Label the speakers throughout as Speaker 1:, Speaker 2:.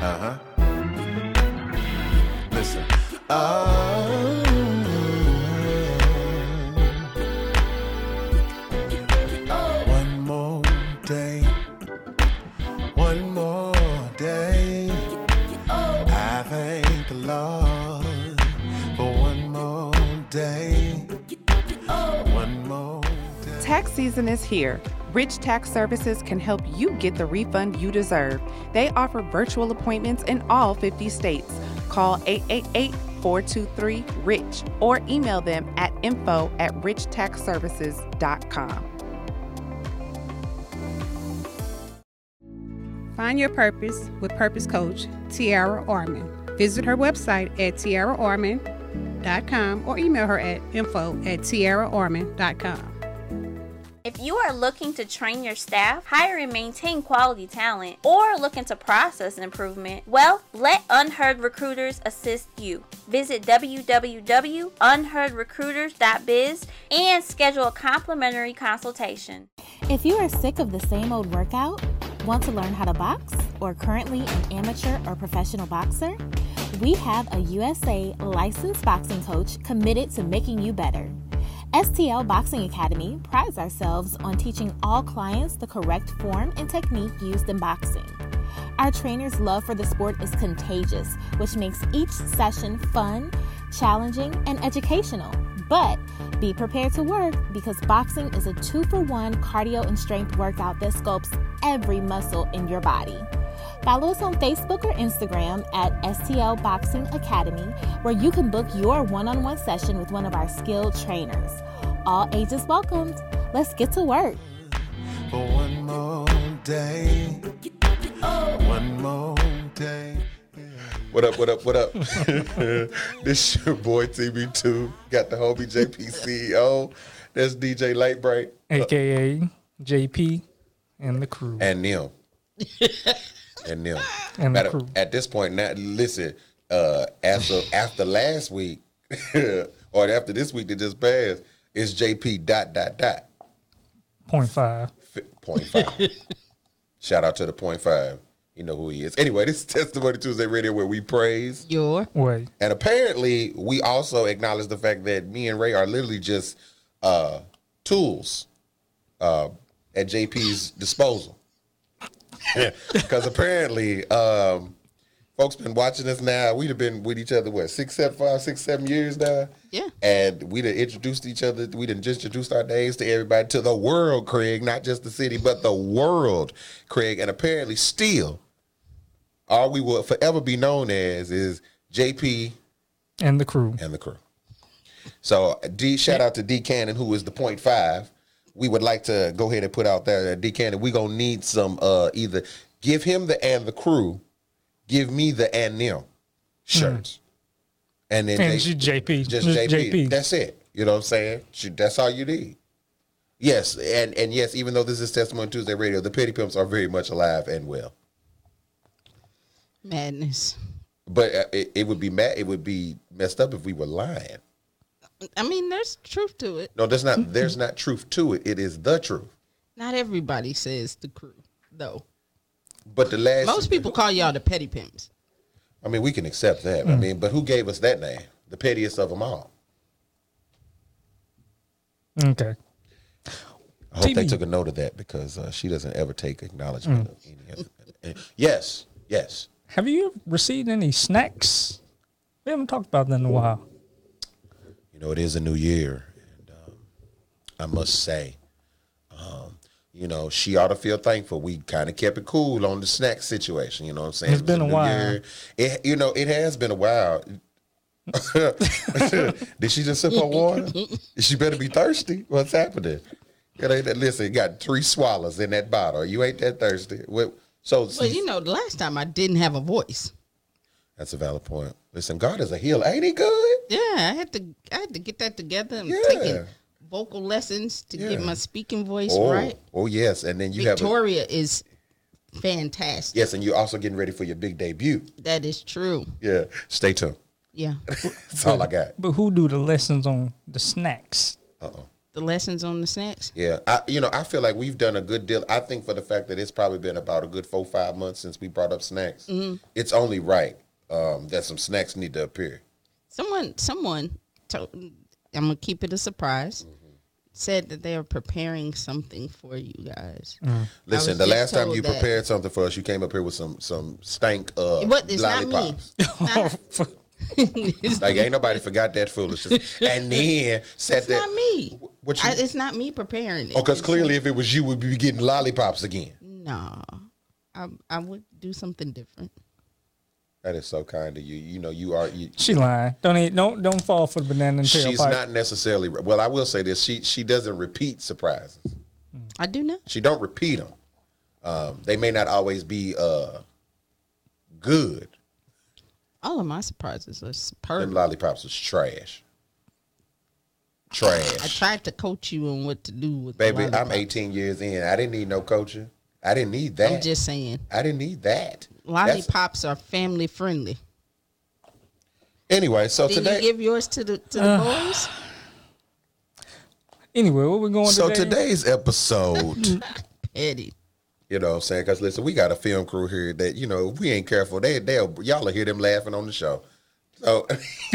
Speaker 1: Uh huh. Listen. Uh, Oh, one more day. One more day. I thank the Lord for one more day. One more day.
Speaker 2: Tax season is here. Rich Tax Services can help you get the refund you deserve. They offer virtual appointments in all 50 states. Call 888 423 RICH or email them at info at richtaxservices.com.
Speaker 3: Find your purpose with Purpose Coach Tiara Arman. Visit her website at tiaraarman.com or email her at info at tiaraarman.com.
Speaker 4: If you are looking to train your staff, hire and maintain quality talent, or looking to process improvement, well, let Unheard Recruiters assist you. Visit www.unheardrecruiters.biz and schedule a complimentary consultation.
Speaker 5: If you are sick of the same old workout, want to learn how to box, or currently an amateur or professional boxer, we have a USA licensed boxing coach committed to making you better. STL Boxing Academy prides ourselves on teaching all clients the correct form and technique used in boxing. Our trainers' love for the sport is contagious, which makes each session fun, challenging, and educational. But be prepared to work because boxing is a two for one cardio and strength workout that sculpts every muscle in your body. Follow us on Facebook or Instagram at STL Boxing Academy, where you can book your one on one session with one of our skilled trainers. All ages welcomed. Let's get to work.
Speaker 1: for one more day. One more day.
Speaker 6: What up, what up, what up? this your boy TB2. Got the homie JP CEO. E That's DJ Lightbright
Speaker 7: aka JP and the crew.
Speaker 6: Uh, and Neil. and Neil.
Speaker 7: And the
Speaker 6: Matter-
Speaker 7: crew.
Speaker 6: at this point now, listen, uh after after last week or after this week that just passed, it's JP dot dot dot
Speaker 7: Point five.
Speaker 6: fi- point five. Shout out to the point five. You know who he is. Anyway, this is Testimony Tuesday Radio where we praise
Speaker 8: Your
Speaker 7: Wait,
Speaker 6: And apparently, we also acknowledge the fact that me and Ray are literally just uh, tools uh, at JP's disposal. Because apparently, um, folks been watching us now. We'd have been with each other what six, seven, five, six, seven years now.
Speaker 8: Yeah.
Speaker 6: and we'd have introduced each other. We'd have just introduced our names to everybody, to the world, Craig, not just the city, but the world, Craig. And apparently, still, all we will forever be known as is JP
Speaker 7: and the crew.
Speaker 6: and the crew. So D shout out to D Cannon, who is the point five. We would like to go ahead and put out there that D Cannon, we gonna need some uh either give him the and the crew, give me the and them shirts. And then
Speaker 7: Hmm. And
Speaker 6: they-
Speaker 7: you JP.
Speaker 6: just,
Speaker 7: Just
Speaker 6: JP.
Speaker 7: JP.
Speaker 6: That's it. You know what I'm saying? Sh- That's all you need. Yes, and and yes, even though this is Testimony Tuesday Radio, the Petty Pimps are very much alive and well.
Speaker 8: madness.
Speaker 6: But uh, it, it would be mad, it would be messed up if we were lying.
Speaker 8: I mean, there's truth to it.
Speaker 6: No, there's not. There's not truth to it. It is the truth.
Speaker 8: Not everybody says the crew, though.
Speaker 6: But the last
Speaker 8: Most people call y'all the petty pimps.
Speaker 6: I mean, we can accept that. I mean, but who gave us that name? The pettiest of them all.
Speaker 7: Okay.
Speaker 6: I hope they
Speaker 7: TB.
Speaker 6: took a note of that because uh, she doesn't ever take acknowledgement of any of it. Yes, yes.
Speaker 7: Have you received any snacks? We haven't talked about that in a while.
Speaker 6: You know, it is a new year, and um, I must say, um, you know, she ought to feel thankful. We kind of kept it cool on the snack situation. You know what I'm saying?
Speaker 7: It's
Speaker 6: It was
Speaker 7: been a
Speaker 6: new
Speaker 7: while.
Speaker 6: year. It, you know, it has been a while. Did she just sip her water? She better be thirsty. What's happening? It ain't that- Listen, you got three swallows in that bottle. You ain't that thirsty. What- So
Speaker 8: Well, you know, the last time I didn't have a voice.
Speaker 6: that's a valid point. Listen, God is a healer. Ain't he good?
Speaker 8: Yeah, I had to. I had to get that together. I'm
Speaker 6: Yeah.
Speaker 8: taking vocal lessons to
Speaker 6: Yeah.
Speaker 8: get my speaking voice
Speaker 6: oh,
Speaker 8: right.
Speaker 6: oh yes. And then you have a,
Speaker 8: Victoria is fantastic.
Speaker 6: yes, and you're also getting ready for your big debut.
Speaker 8: That is true.
Speaker 6: Yeah. Stay tuned.
Speaker 8: Yeah.
Speaker 6: That's all I got.
Speaker 7: But who do the lessons on the snacks?
Speaker 6: Uh oh.
Speaker 8: the lessons on the snacks.
Speaker 6: Yeah, I you know I feel like we've done a good deal. I think for the fact that it's probably been about a good four five months since we brought up snacks, it's only right um, that some snacks need to appear.
Speaker 8: Someone, someone, told, I'm gonna keep it a surprise.
Speaker 6: Mm-hmm.
Speaker 8: Said that they are preparing something for you guys.
Speaker 6: Listen,
Speaker 8: was
Speaker 6: the
Speaker 8: just
Speaker 6: last time
Speaker 8: told
Speaker 6: you
Speaker 8: that.
Speaker 6: prepared something for us, you came up here with some some stank uh
Speaker 8: What? It's not me.
Speaker 6: lollipops.
Speaker 7: Oh,
Speaker 6: Like ain't nobody forgot that foolishness. and then said
Speaker 8: It's
Speaker 6: that.
Speaker 8: not me.
Speaker 6: What you?
Speaker 8: I, it's not me preparing it.
Speaker 6: oh, because
Speaker 8: It's-
Speaker 6: clearly, if it was you, we'd be getting lollipops again.
Speaker 8: no, I I would do something different.
Speaker 6: That is so kind of you. You know, you are. You,
Speaker 7: she lying. Don't eat, don't don't fall for the banana and tailpipe.
Speaker 6: she's not necessarily. Well, I will say this: she she doesn't repeat surprises.
Speaker 8: I do not.
Speaker 6: She don't repeat them. Um, they may not always be uh, good.
Speaker 8: All of my surprises are
Speaker 6: Them
Speaker 8: superb.
Speaker 6: lollipops is trash.
Speaker 8: I
Speaker 6: Trash,
Speaker 8: tried to coach you on what to do with the
Speaker 6: baby. I'm
Speaker 8: lollipop.
Speaker 6: 18 years in. I didn't need no coaching. I didn't need that.
Speaker 8: I'm just saying,
Speaker 6: I didn't need that. That's-
Speaker 8: lollipops are family friendly.
Speaker 6: Anyway, so
Speaker 8: Did
Speaker 6: today,
Speaker 8: you give yours to the to the boys?
Speaker 7: Anyway, what we going
Speaker 6: so
Speaker 7: today?
Speaker 6: today's episode.
Speaker 8: Eddie,
Speaker 6: You know what I'm saying? Because listen, we got a film crew here that, you know, if we ain't careful, they, they'll, y'all will hear them laughing on the show. So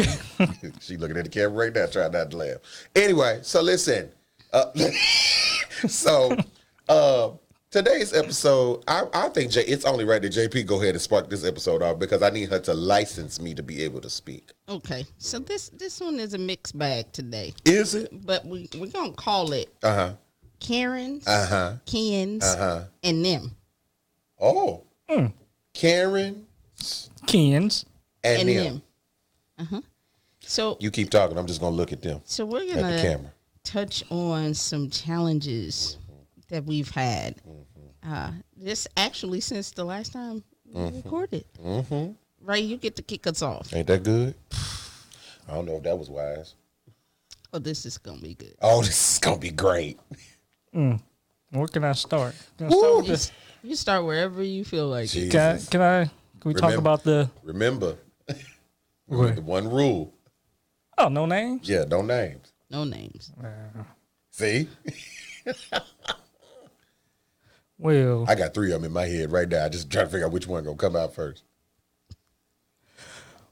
Speaker 6: she looking at the camera right now, trying not to laugh. Anyway, so listen. Uh, so uh, today's episode, I, I think J, it's only right that JP go ahead and spark this episode off because I need her to license me to be able to speak.
Speaker 8: Okay, so this this one is a mixed bag today,
Speaker 6: Is it?
Speaker 8: but we we're gonna call it
Speaker 6: Uh huh.
Speaker 8: Karen's,
Speaker 6: Uh huh.
Speaker 8: Ken's,
Speaker 6: Uh huh.
Speaker 8: and them.
Speaker 6: Oh. Karen
Speaker 7: Ken's.
Speaker 6: and,
Speaker 8: And
Speaker 6: them.
Speaker 8: them. So
Speaker 6: You keep talking. I'm just going to look at them
Speaker 8: so we're
Speaker 6: at the
Speaker 8: gonna
Speaker 6: camera.
Speaker 8: touch on some challenges that we've had.
Speaker 6: Mm-hmm.
Speaker 8: Uh, this actually since the last time we recorded.
Speaker 6: Mm-hmm.
Speaker 8: Ray, you get to kick us off.
Speaker 6: Ain't that good? I don't know if that was wise.
Speaker 8: Oh, this is gonna be good.
Speaker 6: Oh, this is gonna be great.
Speaker 7: Where can I start? Can I
Speaker 6: Woo!
Speaker 7: start with
Speaker 8: You,
Speaker 7: this?
Speaker 8: s- you start wherever you feel like. it.
Speaker 7: Can I,
Speaker 6: Jesus.
Speaker 7: can I? Can we talk
Speaker 6: Remember-
Speaker 7: about the?
Speaker 6: Remember the one rule.
Speaker 7: Oh, no names.
Speaker 6: Yeah, no names.
Speaker 8: No names.
Speaker 6: See,
Speaker 7: Well,
Speaker 6: I got three of them in my head right now. I just trying to figure out which one gonna come out first.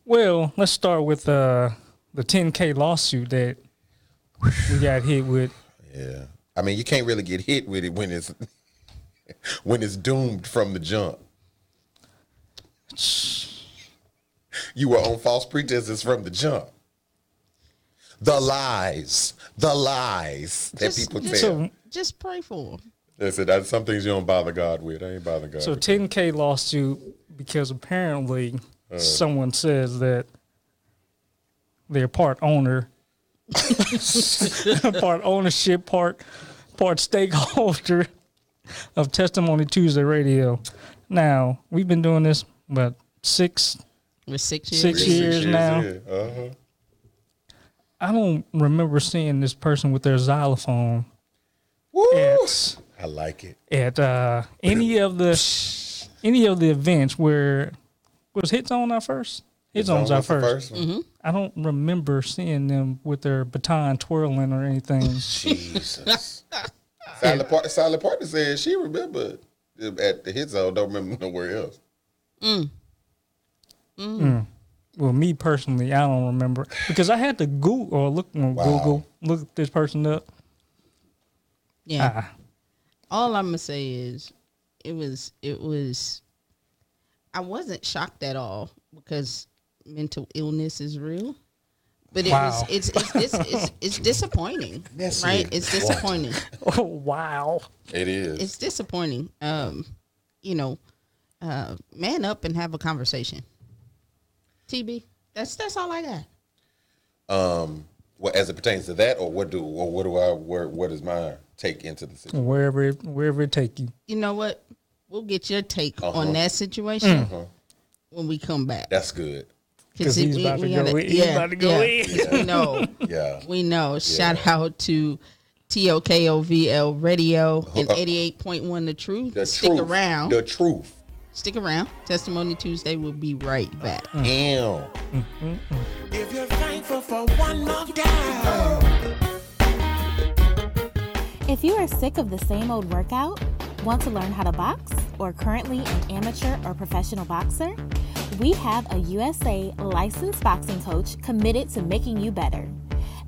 Speaker 7: well, let's start with uh, the 10K lawsuit that we got hit with.
Speaker 6: Yeah, I mean you can't really get hit with it when it's when it's doomed from the jump. You were on false pretenses from the jump. The lies, the lies that
Speaker 8: Just-
Speaker 6: people
Speaker 8: just-
Speaker 6: tell.
Speaker 8: Just pray for them.
Speaker 6: Listen, that's some things you don't bother God with. I ain't bothering God.
Speaker 7: So
Speaker 6: with.
Speaker 7: 10K lawsuit because apparently someone says that they're part owner, part ownership, part part stakeholder of Testimony Tuesday Radio. Now we've been doing this about six.
Speaker 8: With six years.
Speaker 7: Six years. now.
Speaker 6: yeah. Uh-huh.
Speaker 7: I don't remember seeing this person with their xylophone at
Speaker 6: I like it.
Speaker 7: at uh, any of the any of the events where was hit zone our first. Hit zone's our
Speaker 6: was the
Speaker 7: first.
Speaker 6: one.
Speaker 8: Mm-hmm.
Speaker 7: I don't remember seeing them with their baton twirling or anything.
Speaker 6: Jesus. Silent, Part- Silent Partner said she remembered at the hit zone, don't remember nowhere else.
Speaker 7: well, me personally, I don't remember because I had to Google or look on
Speaker 6: Wow.
Speaker 7: Google look this person up.
Speaker 8: Yeah. All I'm gonna say is, it was it was. I wasn't shocked at all because mental illness is real, but it
Speaker 7: Wow.
Speaker 8: was it's it's it's, it's, it's disappointing,
Speaker 6: Messy
Speaker 8: right?
Speaker 6: and
Speaker 8: It's disappointing.
Speaker 7: Oh wow!
Speaker 6: It is.
Speaker 8: It's disappointing. Um, you know, uh, man up and have a conversation. TB, that's that's all I got.
Speaker 6: well, as it pertains to that, or what do or what do I where what is my take into the situation?
Speaker 7: Wherever it, wherever it take you,
Speaker 8: You know what? We'll get your take
Speaker 6: Uh-huh.
Speaker 8: on that situation when we come back.
Speaker 6: That's good.
Speaker 7: because he's about to
Speaker 8: gotta-
Speaker 7: go. in. He's about to go in.
Speaker 8: 'cause we know.
Speaker 6: Yeah.
Speaker 8: We know. Shout out to TOKOVL Radio and
Speaker 6: Uh,
Speaker 8: 88.1 The Truth.
Speaker 6: The
Speaker 8: Stick
Speaker 6: truth.
Speaker 8: around.
Speaker 6: The truth.
Speaker 8: Stick around. Testimony Tuesday will be right back.
Speaker 7: Mm.
Speaker 6: Damn.
Speaker 1: If you're thankful for one more day,
Speaker 5: If you are sick of the same old workout, want to learn how to box, or currently an amateur or professional boxer, we have a USA licensed boxing coach committed to making you better.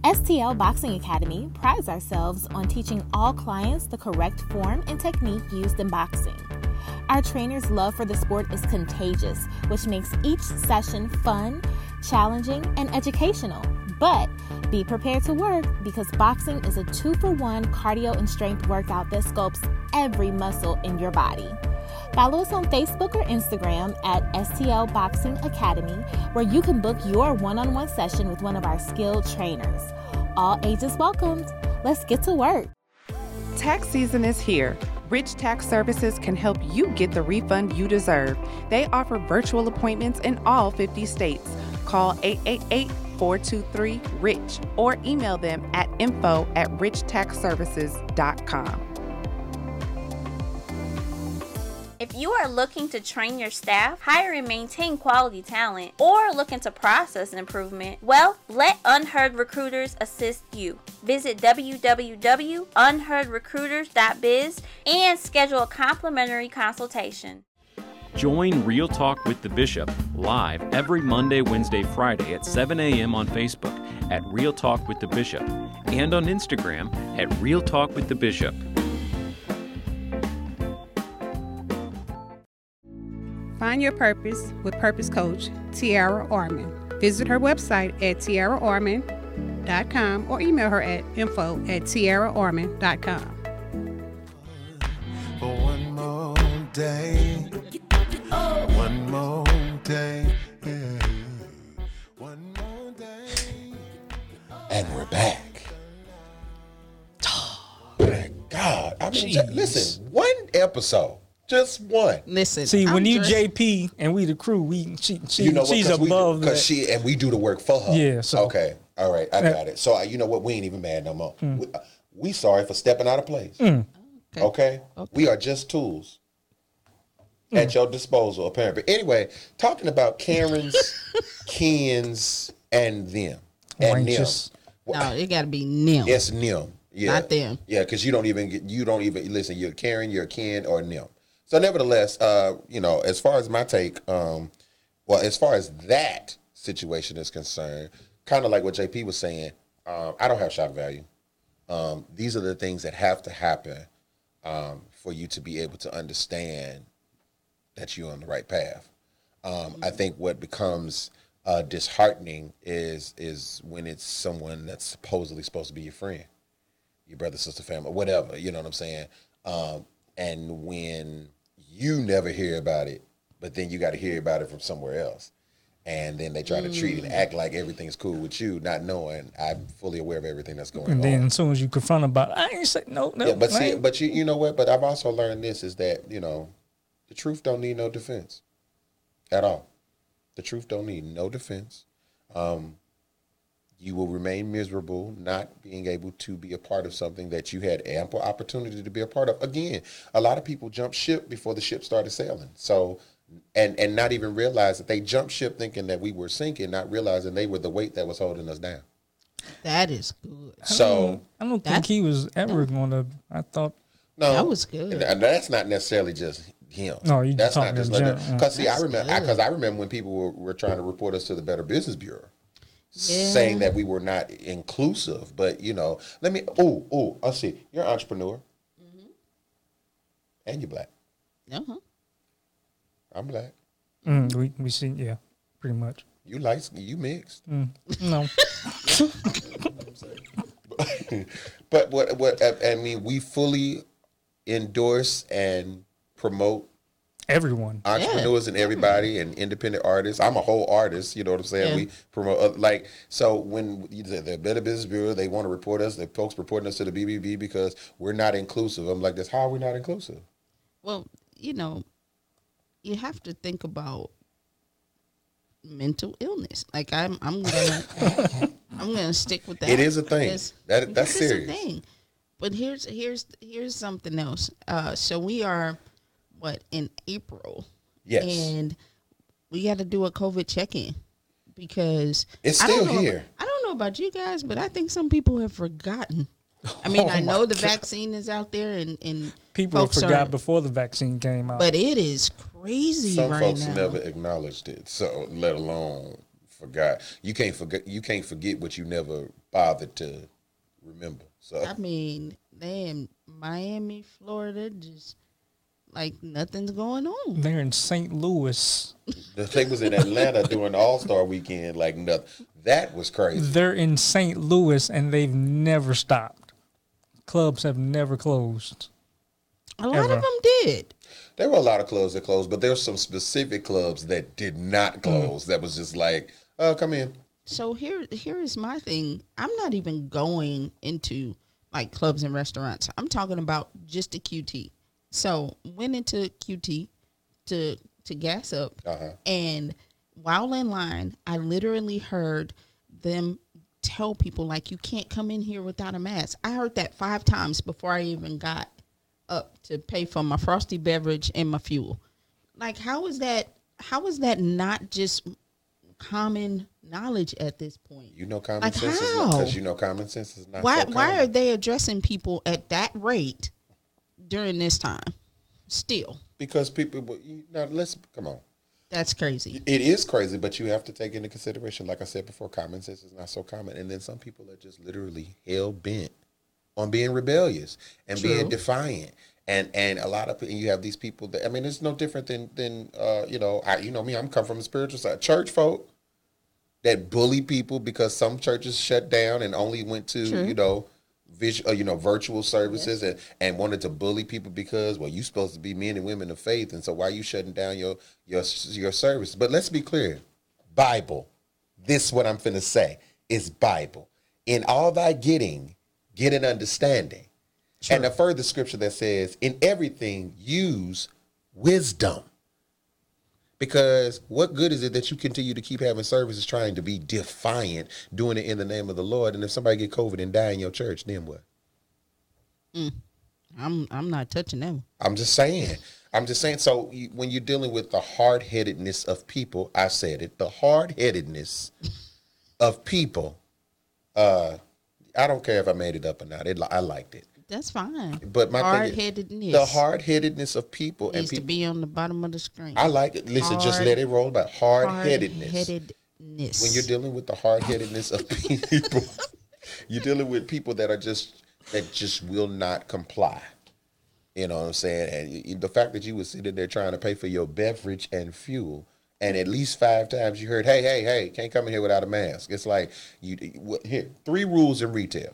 Speaker 5: STL Boxing Academy prides ourselves on teaching all clients the correct form and technique used in boxing. Our trainers' love for the sport is contagious, which makes each session fun, challenging, and educational. But be prepared to work because boxing is a two for one cardio and strength workout that sculpts every muscle in your body. Follow us on Facebook or Instagram at STL Boxing Academy, where you can book your one on one session with one of our skilled trainers. All ages welcomed. Let's get to work.
Speaker 2: Tax season is here. Rich Tax Services can help you get the refund you deserve. They offer virtual appointments in all 50 states. Call 888 423 RICH or email them at info at richtaxservices.com.
Speaker 4: If you are looking to train your staff, hire and maintain quality talent, or looking to process an improvement, well, let Unheard Recruiters assist you. Visit www.unheardrecruiters.biz and schedule a complimentary consultation.
Speaker 9: Join Real Talk with the Bishop live every Monday, Wednesday, Friday at 7 a.m. on Facebook at Real Talk with the Bishop and on Instagram at Real Talk with the Bishop.
Speaker 3: Find your purpose with Purpose Coach Tiara Orman. Visit her website at tiaraorman.com or email her at info at tiaraorman.com.
Speaker 1: for one more day. One more day. Yeah. One more day.
Speaker 6: And we're back. My God. I mean, ju- listen, one episode, just one.
Speaker 8: Listen.
Speaker 7: See,
Speaker 8: I'm
Speaker 7: when you
Speaker 8: just-
Speaker 7: JP and we the crew, we she, she
Speaker 6: you know what?
Speaker 7: she's
Speaker 6: 'Cause we-
Speaker 7: above that.
Speaker 6: she and we do the work for her.
Speaker 7: Yeah, so-
Speaker 6: Okay. All right. I got it. So uh, you know what? We ain't even mad no more.
Speaker 7: Hmm.
Speaker 6: We, uh, we sorry for stepping out of place. Okay. We are just tools
Speaker 7: Hmm.
Speaker 6: at your disposal, apparently. But anyway, talking about Karens, Kens, and them and them.
Speaker 7: Righteous.
Speaker 8: No, it got to be nil.
Speaker 6: Yes, them. Yeah.
Speaker 8: Not them.
Speaker 6: Yeah, because you don't even get you don't even listen, you're Karen, you're Ken, or them. So nevertheless, uh, you know, as far as my take, um, well, as far as that situation is concerned, kind of like what JP was saying, um, I don't have shock value. Um, these are the things that have to happen um, for you to be able to understand that you're on the right path. Um, I think what becomes uh, disheartening is is when it's someone that's supposedly supposed to be your friend, your brother, sister, family, whatever. You know what I'm saying? Um, and when you never hear about it, but then you got to hear about it from somewhere else, and then they try to treat and act like everything's cool with you, not knowing I'm fully aware of everything that's going
Speaker 7: and
Speaker 6: on.
Speaker 7: then as soon as you confront about it, I ain't say no, no.
Speaker 6: Yeah, but
Speaker 7: I
Speaker 6: see,
Speaker 7: ain't."
Speaker 6: but you you know what? But I've also learned this is that you know, the truth don't need no defense, at all. The truth don't need no defense. Um, you will remain miserable not being able to be a part of something that you had ample opportunity to be a part of. Again, a lot of people jump ship before the ship started sailing. So, and and not even realize that they jumped ship thinking that we were sinking, not realizing they were the weight that was holding us down.
Speaker 8: That is good.
Speaker 6: So.
Speaker 7: I don't think
Speaker 8: That-
Speaker 7: he was ever going to. I thought
Speaker 6: No,
Speaker 8: That was good.
Speaker 6: And th- that's not necessarily just him.
Speaker 7: No, you
Speaker 6: that's
Speaker 7: talking in
Speaker 6: like
Speaker 7: general. uh,
Speaker 6: because see, I remember
Speaker 8: good.
Speaker 6: because I, remember when people were, were trying to report us to the Better Business Bureau,
Speaker 8: Yeah.
Speaker 6: saying that we were not inclusive. But you know, let me. Oh, oh, I see. You're an entrepreneur,
Speaker 8: Mm-hmm.
Speaker 6: and you're black.
Speaker 8: Uh-huh.
Speaker 6: I'm black.
Speaker 7: mm, we we see, yeah, pretty much.
Speaker 6: You like you mixed.
Speaker 7: Mm. No,
Speaker 6: But what what uh, I I mean, we fully endorse and promote
Speaker 7: everyone.
Speaker 6: entrepreneurs and everybody and independent artists. I'm a whole artist, you know what I'm saying?
Speaker 8: Yeah.
Speaker 6: We promote uh, like so when you- the, the Better Business Bureau they want to report us, the folks reporting us to the BBB because we're not inclusive. I'm like, this how are we not inclusive?
Speaker 8: Well, you know, you have to think about mental illness. Like I'm, I'm gonna, I'm gonna stick with that.
Speaker 6: It is a thing.
Speaker 8: because-
Speaker 6: That- that's
Speaker 8: because it's
Speaker 6: serious.
Speaker 8: A thing. But here's here's here's something else. Uh, so we are, what in April,
Speaker 6: Yes,
Speaker 8: and we got to do a COVID check-in because
Speaker 6: It's
Speaker 8: I don't
Speaker 6: still
Speaker 8: know-
Speaker 6: here.
Speaker 8: I don't know about you guys, but I think some people have forgotten I mean,
Speaker 7: Oh
Speaker 8: I
Speaker 7: my
Speaker 8: know the
Speaker 7: God.
Speaker 8: vaccine is out there, and and
Speaker 7: People
Speaker 8: folks are-
Speaker 7: forgot before the vaccine came out.
Speaker 8: Oh, but it is crazy
Speaker 6: Some
Speaker 8: right
Speaker 6: folks
Speaker 8: now.
Speaker 6: never acknowledged it, so let alone forgot. You can't forget. You can't forget what you never bothered to remember. So
Speaker 8: I mean, they in Miami, Florida, just like nothing's going on.
Speaker 7: They're in St. Louis.
Speaker 6: they was in Atlanta during All Star Weekend, like nothing. That was
Speaker 8: Mm.
Speaker 6: crazy.
Speaker 7: They're in St. Louis and they've never stopped. Clubs have never closed.
Speaker 8: A lot of
Speaker 7: Ever.
Speaker 8: them did.
Speaker 6: There were a lot of clubs that closed, but there's some specific clubs that did
Speaker 8: Mm.
Speaker 6: not close. That was just like, uh, come in.
Speaker 8: So here, here is my thing. I'm not even going into like clubs and restaurants. I'm talking about just the QT. So went into QT to to gas up,
Speaker 6: Uh-huh.
Speaker 8: and while in line, I literally heard them tell people like, "You can't come in here without a mask." I heard that five times before I even got up to pay for my frosty beverage and my fuel. Like, how is that? How is that not just common knowledge at this point?
Speaker 6: You know common
Speaker 8: Like
Speaker 6: sense is
Speaker 8: how?
Speaker 6: because you know common sense is not.
Speaker 8: why
Speaker 6: so
Speaker 8: why
Speaker 6: common.
Speaker 8: are they addressing people at that rate during this time? Still,
Speaker 6: Because people, well, you, now let's come on.
Speaker 8: that's crazy.
Speaker 6: It is crazy, but you have to take into consideration, like I said before, common sense is not so common. And then some people are just literally hell bent on being rebellious and being defiant. And and a lot of people, you have these people that I mean, it's no different than than uh, you know, I you know me, I'm come from the spiritual side, church folk that bully people because some churches shut down and only went to you know visual, uh, you know, virtual services and, and wanted to bully people because well, you supposed to be men and women of faith, and so why you shutting down your your your service? But let's be clear, Bible. This what I'm finna say is Bible. In all thy getting, get an understanding, and a further scripture that says, in everything use wisdom. Because what good is it that you continue to keep having services trying to be defiant, doing it in the name of the Lord, and if somebody get COVID and die in your church, then what?
Speaker 8: I'm I'm not touching them.
Speaker 6: I'm just saying. I'm just saying. So you, when you're dealing with the hard headedness of people, I said it. The hard headedness of people. Uh, I don't care if I made it up or not. It, I liked it.
Speaker 8: That's fine.
Speaker 6: But my
Speaker 8: hard
Speaker 6: thing
Speaker 8: headedness
Speaker 6: is, the hard headedness of people and
Speaker 8: needs to
Speaker 6: people.
Speaker 8: be on the bottom of the screen.
Speaker 6: I like it. Listen, just let it roll. About hard headedness.
Speaker 8: Hard-headedness.
Speaker 6: when you're dealing with the hard headedness of people, you're dealing with people that are just that just will not comply. You know what I'm saying? And y- y- the fact that you were sitting there trying to pay for your beverage and fuel, and at least five times you heard, "Hey, hey, hey, can't come in here without a mask." It's like you you- what- here three rules in retail.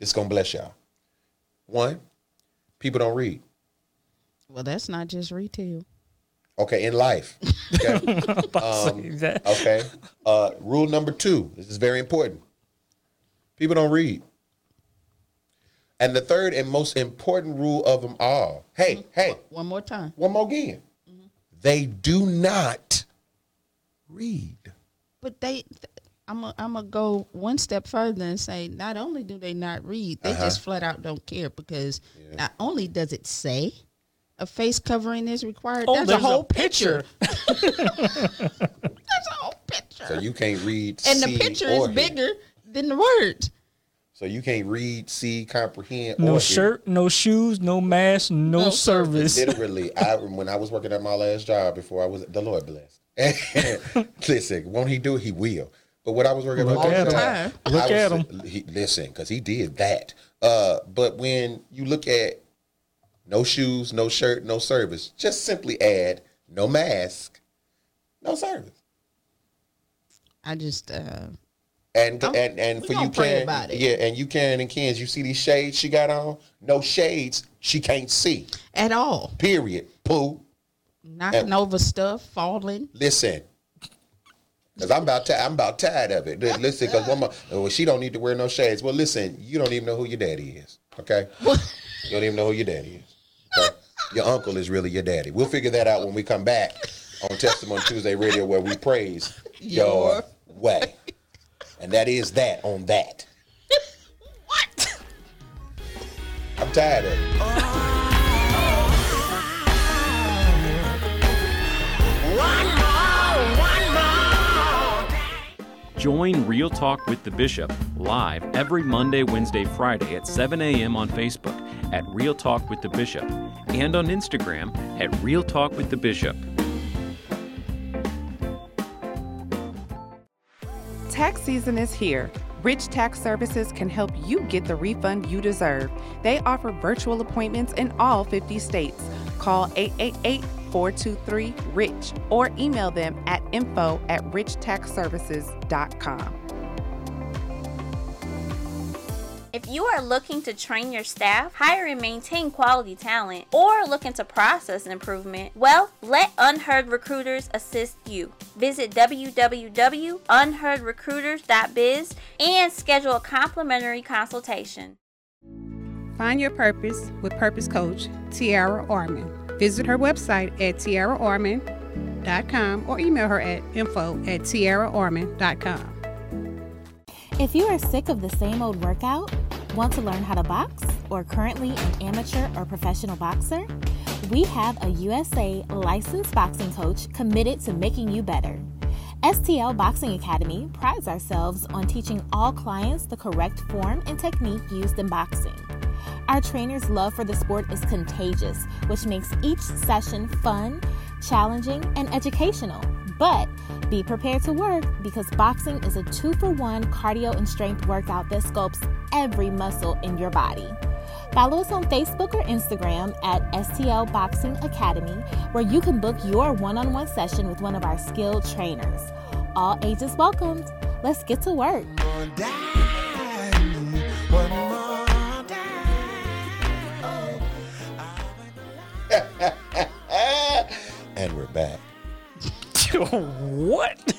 Speaker 6: It's gonna bless y'all. One, people don't read.
Speaker 8: well, that's not just retail.
Speaker 6: Okay, in life. Okay. Um,
Speaker 7: that.
Speaker 6: okay. Uh, rule number two. This is very important. People don't read. And the third and most important rule of them all. Hey,
Speaker 8: Mm-hmm.
Speaker 6: hey,
Speaker 8: One more time.
Speaker 6: one more again.
Speaker 8: Mm-hmm.
Speaker 6: They do not read.
Speaker 8: But they, th- I'm gonna I'm gonna go one step further and say not only do they not read, they
Speaker 6: Uh-huh.
Speaker 8: just flat out don't care because not only does it say a face covering is required,
Speaker 7: Oh,
Speaker 8: there's, a
Speaker 7: there's a
Speaker 8: whole picture. there's a whole picture,
Speaker 6: So you can't read.
Speaker 8: and
Speaker 6: see,
Speaker 8: the picture
Speaker 6: or
Speaker 8: is
Speaker 6: hear.
Speaker 8: bigger than the words.
Speaker 6: So you can't read, see, comprehend. or
Speaker 7: No
Speaker 6: hear.
Speaker 7: shirt, no shoes, no mask, no,
Speaker 8: No
Speaker 7: service.
Speaker 6: Literally, I when I was working at my last job before I was the Lord blessed. listen, won't He do it? He will. But what I was working
Speaker 7: Look
Speaker 6: at my last
Speaker 7: at him.
Speaker 6: job, I
Speaker 7: Look at
Speaker 6: was- He, listen, because He did that. Uh, but when you look at no shoes, no shirt, no service, just simply add no mask, no service.
Speaker 8: I just uh,
Speaker 6: And
Speaker 8: I'm-
Speaker 6: and and
Speaker 8: we
Speaker 6: for you
Speaker 8: gonna pray
Speaker 6: Karen,
Speaker 8: about it.
Speaker 6: yeah, and you Karen and Ken's, you see these shades she got on? No shades, she can't see.
Speaker 8: at all
Speaker 6: Period. Pooh.
Speaker 8: knocking over stuff, falling.
Speaker 6: Listen, because I'm about ti- I'm about tired of it. Li- Listen, because one more, well, she don't need to wear no shades. Well, listen, you don't even know who your daddy is. Okay, you don't even know who your daddy is. Okay? Your uncle is really your daddy. We'll figure that out when we come back on Testimony Tuesday Radio, where we praise your way, and that is that on that. what? I'm tired of it.
Speaker 9: Join Real Talk with the Bishop live every Monday, Wednesday, Friday at 7 a.m. on Facebook at Real Talk with the Bishop and on Instagram at Real Talk with the Bishop.
Speaker 2: Tax season is here. Rich Tax Services can help you get the refund you deserve. They offer virtual appointments in all 50 states. Call 888 423 RICH or email them at info at richtaxservices.com.
Speaker 4: If you are looking to train your staff, hire and maintain quality talent, or looking to process improvement, well, let Unheard Recruiters assist you. Visit www.unheardrecruiters.biz and schedule a complimentary consultation.
Speaker 3: Find your purpose with purpose coach Tiara Orman. Visit her website at tiaraorman.com or email her at info at tiaraorman.com.
Speaker 5: If you are sick of the same old workout, want to learn how to box, or currently an amateur or professional boxer, we have a USA licensed boxing coach committed to making you better. STL Boxing Academy prides ourselves on teaching all clients the correct form and technique used in boxing. Our trainers' love for the sport is contagious, which makes each session fun, challenging, and educational. But be prepared to work because boxing is a two for one cardio and strength workout that sculpts every muscle in your body. Follow us on Facebook or Instagram at STL Boxing Academy, where you can book your one on one session with one of our skilled trainers. All ages welcomed. Let's get to work.
Speaker 1: more day, one more day. Oh, I'm a-
Speaker 6: and we're back.
Speaker 7: what?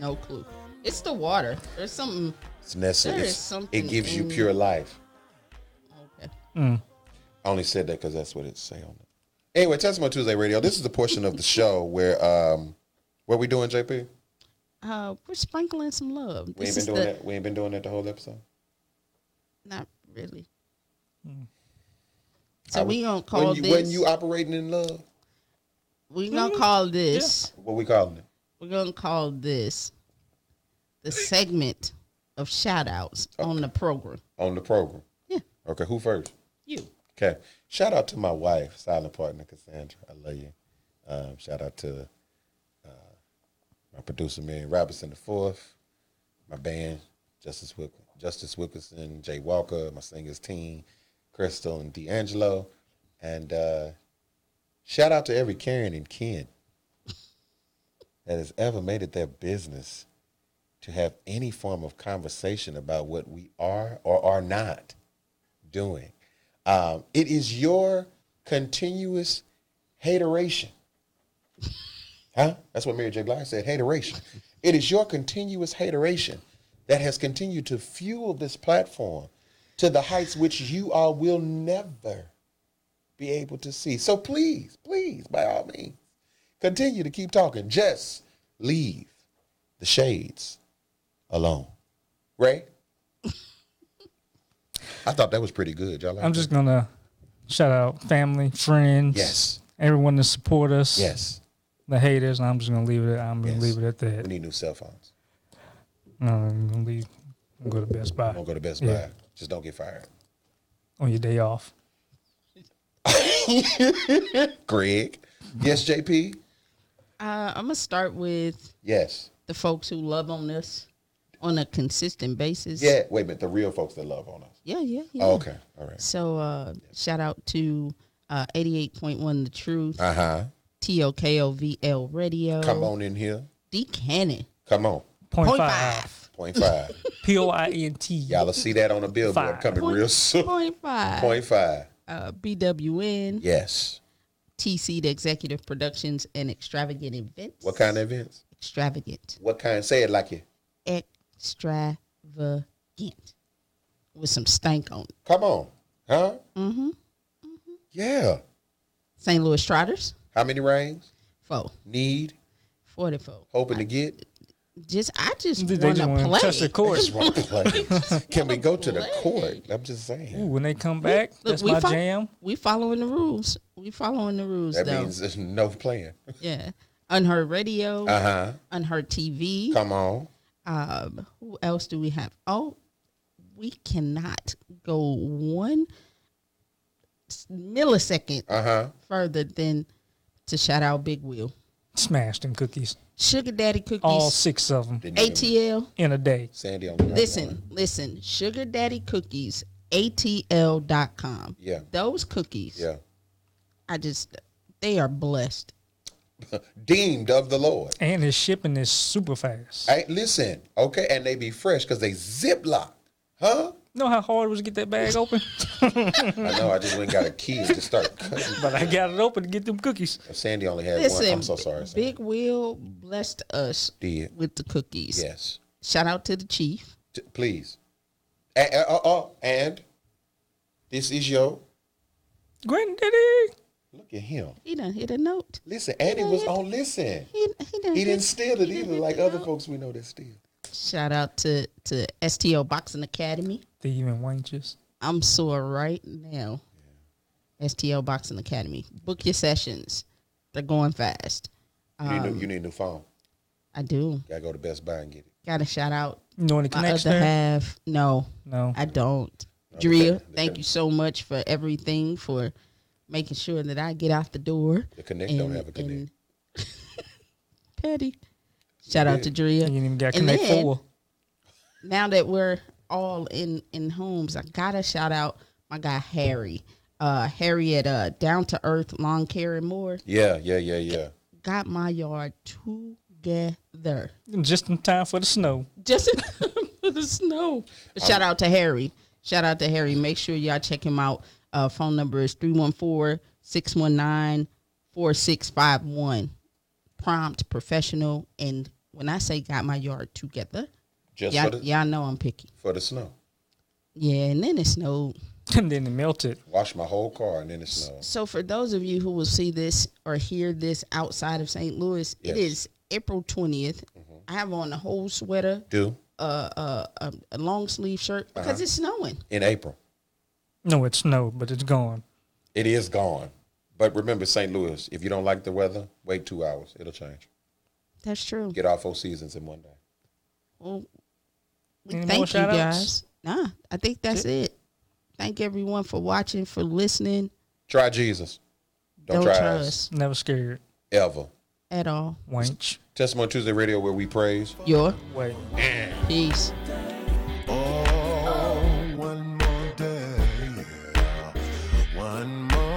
Speaker 8: No clue. It's the water. There's something.
Speaker 6: It's Nestle.
Speaker 8: There is
Speaker 6: It's,
Speaker 8: something
Speaker 6: it gives you
Speaker 8: in-
Speaker 6: pure life.
Speaker 8: Okay.
Speaker 6: I only said that because that's what it say on it. Anyway, Testimony Tuesday Radio. This is the portion of the show where um what we doing, JP?
Speaker 8: Uh, we're sprinkling some love.
Speaker 6: We ain't
Speaker 8: This
Speaker 6: been
Speaker 8: is
Speaker 6: doing
Speaker 8: the-
Speaker 6: that. We ain't been doing that the whole episode.
Speaker 8: Not really. So
Speaker 6: I
Speaker 8: we
Speaker 6: was-
Speaker 8: gonna call
Speaker 6: when you,
Speaker 8: this.
Speaker 6: When you operating in love,
Speaker 8: we gonna call this.
Speaker 6: what we calling it?
Speaker 8: We're gonna call this the segment of shout outs on the program.
Speaker 6: on the program.
Speaker 8: Yeah.
Speaker 6: Okay, who first?
Speaker 8: You.
Speaker 6: Okay. Shout out to my wife, silent partner Cassandra. I love you. Um, shout out to uh, my producer Mary Robinson the fourth, my band Justice Whip- Justice Wilkinson, Jay Walker, my singers team, Crystal and D'Angelo, and uh, shout out to every Karen and Ken that has ever made it their business to have any form of conversation about what we are or are not doing. Um, it is your continuous hateration. Huh? That's what Mary J. Blige said, hateration. It is your continuous hateration that has continued to fuel this platform to the heights which you all will never be able to see. So please, please, by all means, continue to keep talking. Just leave the shades alone. Ray? I thought that was pretty good. Y'all like
Speaker 7: I'm
Speaker 6: that?
Speaker 7: just gonna shout out family, friends,
Speaker 6: Yes.
Speaker 7: everyone that support us,
Speaker 6: Yes.
Speaker 7: the haters. And I'm just gonna leave it. At, I'm gonna
Speaker 6: Yes.
Speaker 7: leave it at
Speaker 6: We
Speaker 7: that.
Speaker 6: need new cell phones.
Speaker 7: No, I'm gonna leave. I'm gonna go to Best Buy
Speaker 6: Don't go to Best Buy.
Speaker 7: Yeah.
Speaker 6: Just don't get fired.
Speaker 7: on your day off.
Speaker 6: Greg. Yes, JP.
Speaker 8: Uh, I'm gonna start with
Speaker 6: Yes.
Speaker 8: the folks who love on us on a consistent basis.
Speaker 6: Yeah. Wait a minute. The real folks that love on us.
Speaker 8: Yeah, yeah, yeah.
Speaker 6: Oh, okay. All right.
Speaker 8: So uh, shout out to uh, 88.1 The Truth,
Speaker 6: Uh huh.
Speaker 8: TOKOVL Radio,
Speaker 6: Come on in here.
Speaker 8: D Cannon,
Speaker 6: Come on.
Speaker 7: Point,
Speaker 8: point
Speaker 7: five.
Speaker 8: five,
Speaker 6: Point five.
Speaker 7: P o i n t.
Speaker 6: Y'all will see that on a billboard
Speaker 7: Five.
Speaker 6: coming real soon.
Speaker 8: point five,
Speaker 6: Point five.
Speaker 8: Uh, BWN,
Speaker 6: Yes.
Speaker 8: TC, the Executive Productions and Extravagant Events.
Speaker 6: What kind of events?
Speaker 8: Extravagant.
Speaker 6: What kind? Say it like you.
Speaker 8: Extravagant. With some stank on it.
Speaker 6: Come on. Huh? Mm-hmm. Yeah.
Speaker 8: St. Louis Trotters,
Speaker 6: How many rings?
Speaker 8: four,
Speaker 6: Need?
Speaker 8: 44.
Speaker 6: Hoping to get?
Speaker 8: Just, I just
Speaker 7: They
Speaker 8: want
Speaker 7: just
Speaker 8: to
Speaker 7: want to
Speaker 8: play.
Speaker 7: touch the court.
Speaker 6: Just want to play. Can we go to the
Speaker 8: Play.
Speaker 6: court? I'm just saying.
Speaker 7: Ooh, when they come back, that's my
Speaker 8: fol-
Speaker 7: jam.
Speaker 8: We following the rules. We following the rules
Speaker 6: That
Speaker 8: though.
Speaker 6: means there's no playing.
Speaker 8: yeah. Unheard Radio,
Speaker 6: Uh huh.
Speaker 8: Unheard TV,
Speaker 6: Come on.
Speaker 8: Um, who else do we have? Oh, we cannot go one s- millisecond
Speaker 6: Uh huh.
Speaker 8: further than to shout out Big Wheel.
Speaker 7: Smashed them cookies,
Speaker 8: Sugar Daddy Cookies,
Speaker 7: all six of them
Speaker 8: ATL.
Speaker 7: in a day.
Speaker 6: Sandy on the right one.
Speaker 8: Listen, listen, Sugar Daddy Cookies, ATL.com.
Speaker 6: Yeah.
Speaker 8: Those cookies,
Speaker 6: Yeah.
Speaker 8: I just, they are blessed.
Speaker 6: Deemed of the Lord.
Speaker 7: And his shipping is super fast.
Speaker 6: Hey, listen, okay, and they be fresh because they ziploc, huh?
Speaker 7: know how hard it was to get that bag open,
Speaker 6: I know. I just went and got a key and just start cutting.
Speaker 7: but I got it open to get them cookies.
Speaker 6: Sandy only had
Speaker 8: Listen,
Speaker 6: one. I'm so sorry. Sandy.
Speaker 8: Big Will blessed us
Speaker 6: Did.
Speaker 8: with the cookies.
Speaker 6: Yes.
Speaker 8: Shout out to the chief.
Speaker 6: T- please. And, uh, uh, uh, and this is your
Speaker 7: Granddaddy,
Speaker 6: look at him.
Speaker 8: He done hit a note.
Speaker 6: Listen, and it was on listen.
Speaker 8: He, he, done
Speaker 6: He didn't
Speaker 8: hit-
Speaker 6: steal it
Speaker 8: he
Speaker 6: either,
Speaker 8: done
Speaker 6: like
Speaker 8: hit a
Speaker 6: other
Speaker 8: note.
Speaker 6: folks we know that steal.
Speaker 8: Shout out to, to STO Boxing Academy.
Speaker 7: thieving wenches.
Speaker 8: I'm sore right now. STL Boxing Academy. Book your sessions. They're going fast.
Speaker 6: You need, a new, you need a new phone.
Speaker 8: I do.
Speaker 6: Gotta go to Best Buy and get it.
Speaker 8: Got to shout out
Speaker 7: You know any
Speaker 8: my
Speaker 7: connects
Speaker 8: other
Speaker 7: there?
Speaker 8: half. No,
Speaker 7: No.
Speaker 8: I don't. Drea,
Speaker 6: okay.
Speaker 8: thank you so much for everything for making sure that I get out the door.
Speaker 6: The connect don't have a connect.
Speaker 8: and- Petty. Shout out to Drea.
Speaker 7: You ain't even got
Speaker 8: And
Speaker 7: connect
Speaker 8: then-
Speaker 7: four.
Speaker 8: now that we're all in in homes, I gotta shout out my guy Harry. Uh, Harry at uh, Down to Earth Lawn Care and More
Speaker 6: Yeah, yeah, yeah, yeah.
Speaker 8: got my yard together.
Speaker 7: Just in time for the snow.
Speaker 8: Just in time for the snow. But shout out to Harry. Shout out to Harry. Make sure y'all check him out. Uh, phone number is 314-619-4651. Prompt, professional, and when I say got my yard together,
Speaker 6: Just for
Speaker 8: y'all,
Speaker 6: the
Speaker 8: y'all know I'm picky.
Speaker 6: for the snow.
Speaker 8: Yeah, and then it snowed.
Speaker 7: And then it melted.
Speaker 6: Wash my whole car and then it snows.
Speaker 8: So for those of you who will see this or hear this outside of St. Louis,
Speaker 6: Yes. Mm-hmm.
Speaker 8: it is April 20th. I have on a whole sweater,
Speaker 6: Do
Speaker 8: a, a long sleeve shirt
Speaker 6: Uh-huh.
Speaker 8: because it's snowing.
Speaker 6: in April.
Speaker 7: No, it snowed, but it's gone.
Speaker 6: It is gone. But remember, St. Louis, if you don't like the weather, wait two hours. It'll change.
Speaker 8: That's true.
Speaker 6: Get all four seasons in one day.
Speaker 8: Well, we
Speaker 7: Any more
Speaker 8: thank you
Speaker 7: shout-outs?
Speaker 8: guys. Nah, I think that's it. Thank everyone for watching, for listening.
Speaker 6: Try Jesus. Don't,
Speaker 8: Don't,
Speaker 6: try,
Speaker 8: try
Speaker 6: us.
Speaker 8: us
Speaker 7: Never scared.
Speaker 6: Ever.
Speaker 8: at all.
Speaker 7: Wench.
Speaker 6: Testimony Tuesday Radio, where we praise.
Speaker 8: Your
Speaker 7: Wait.
Speaker 8: peace.
Speaker 1: Oh, one more day. One more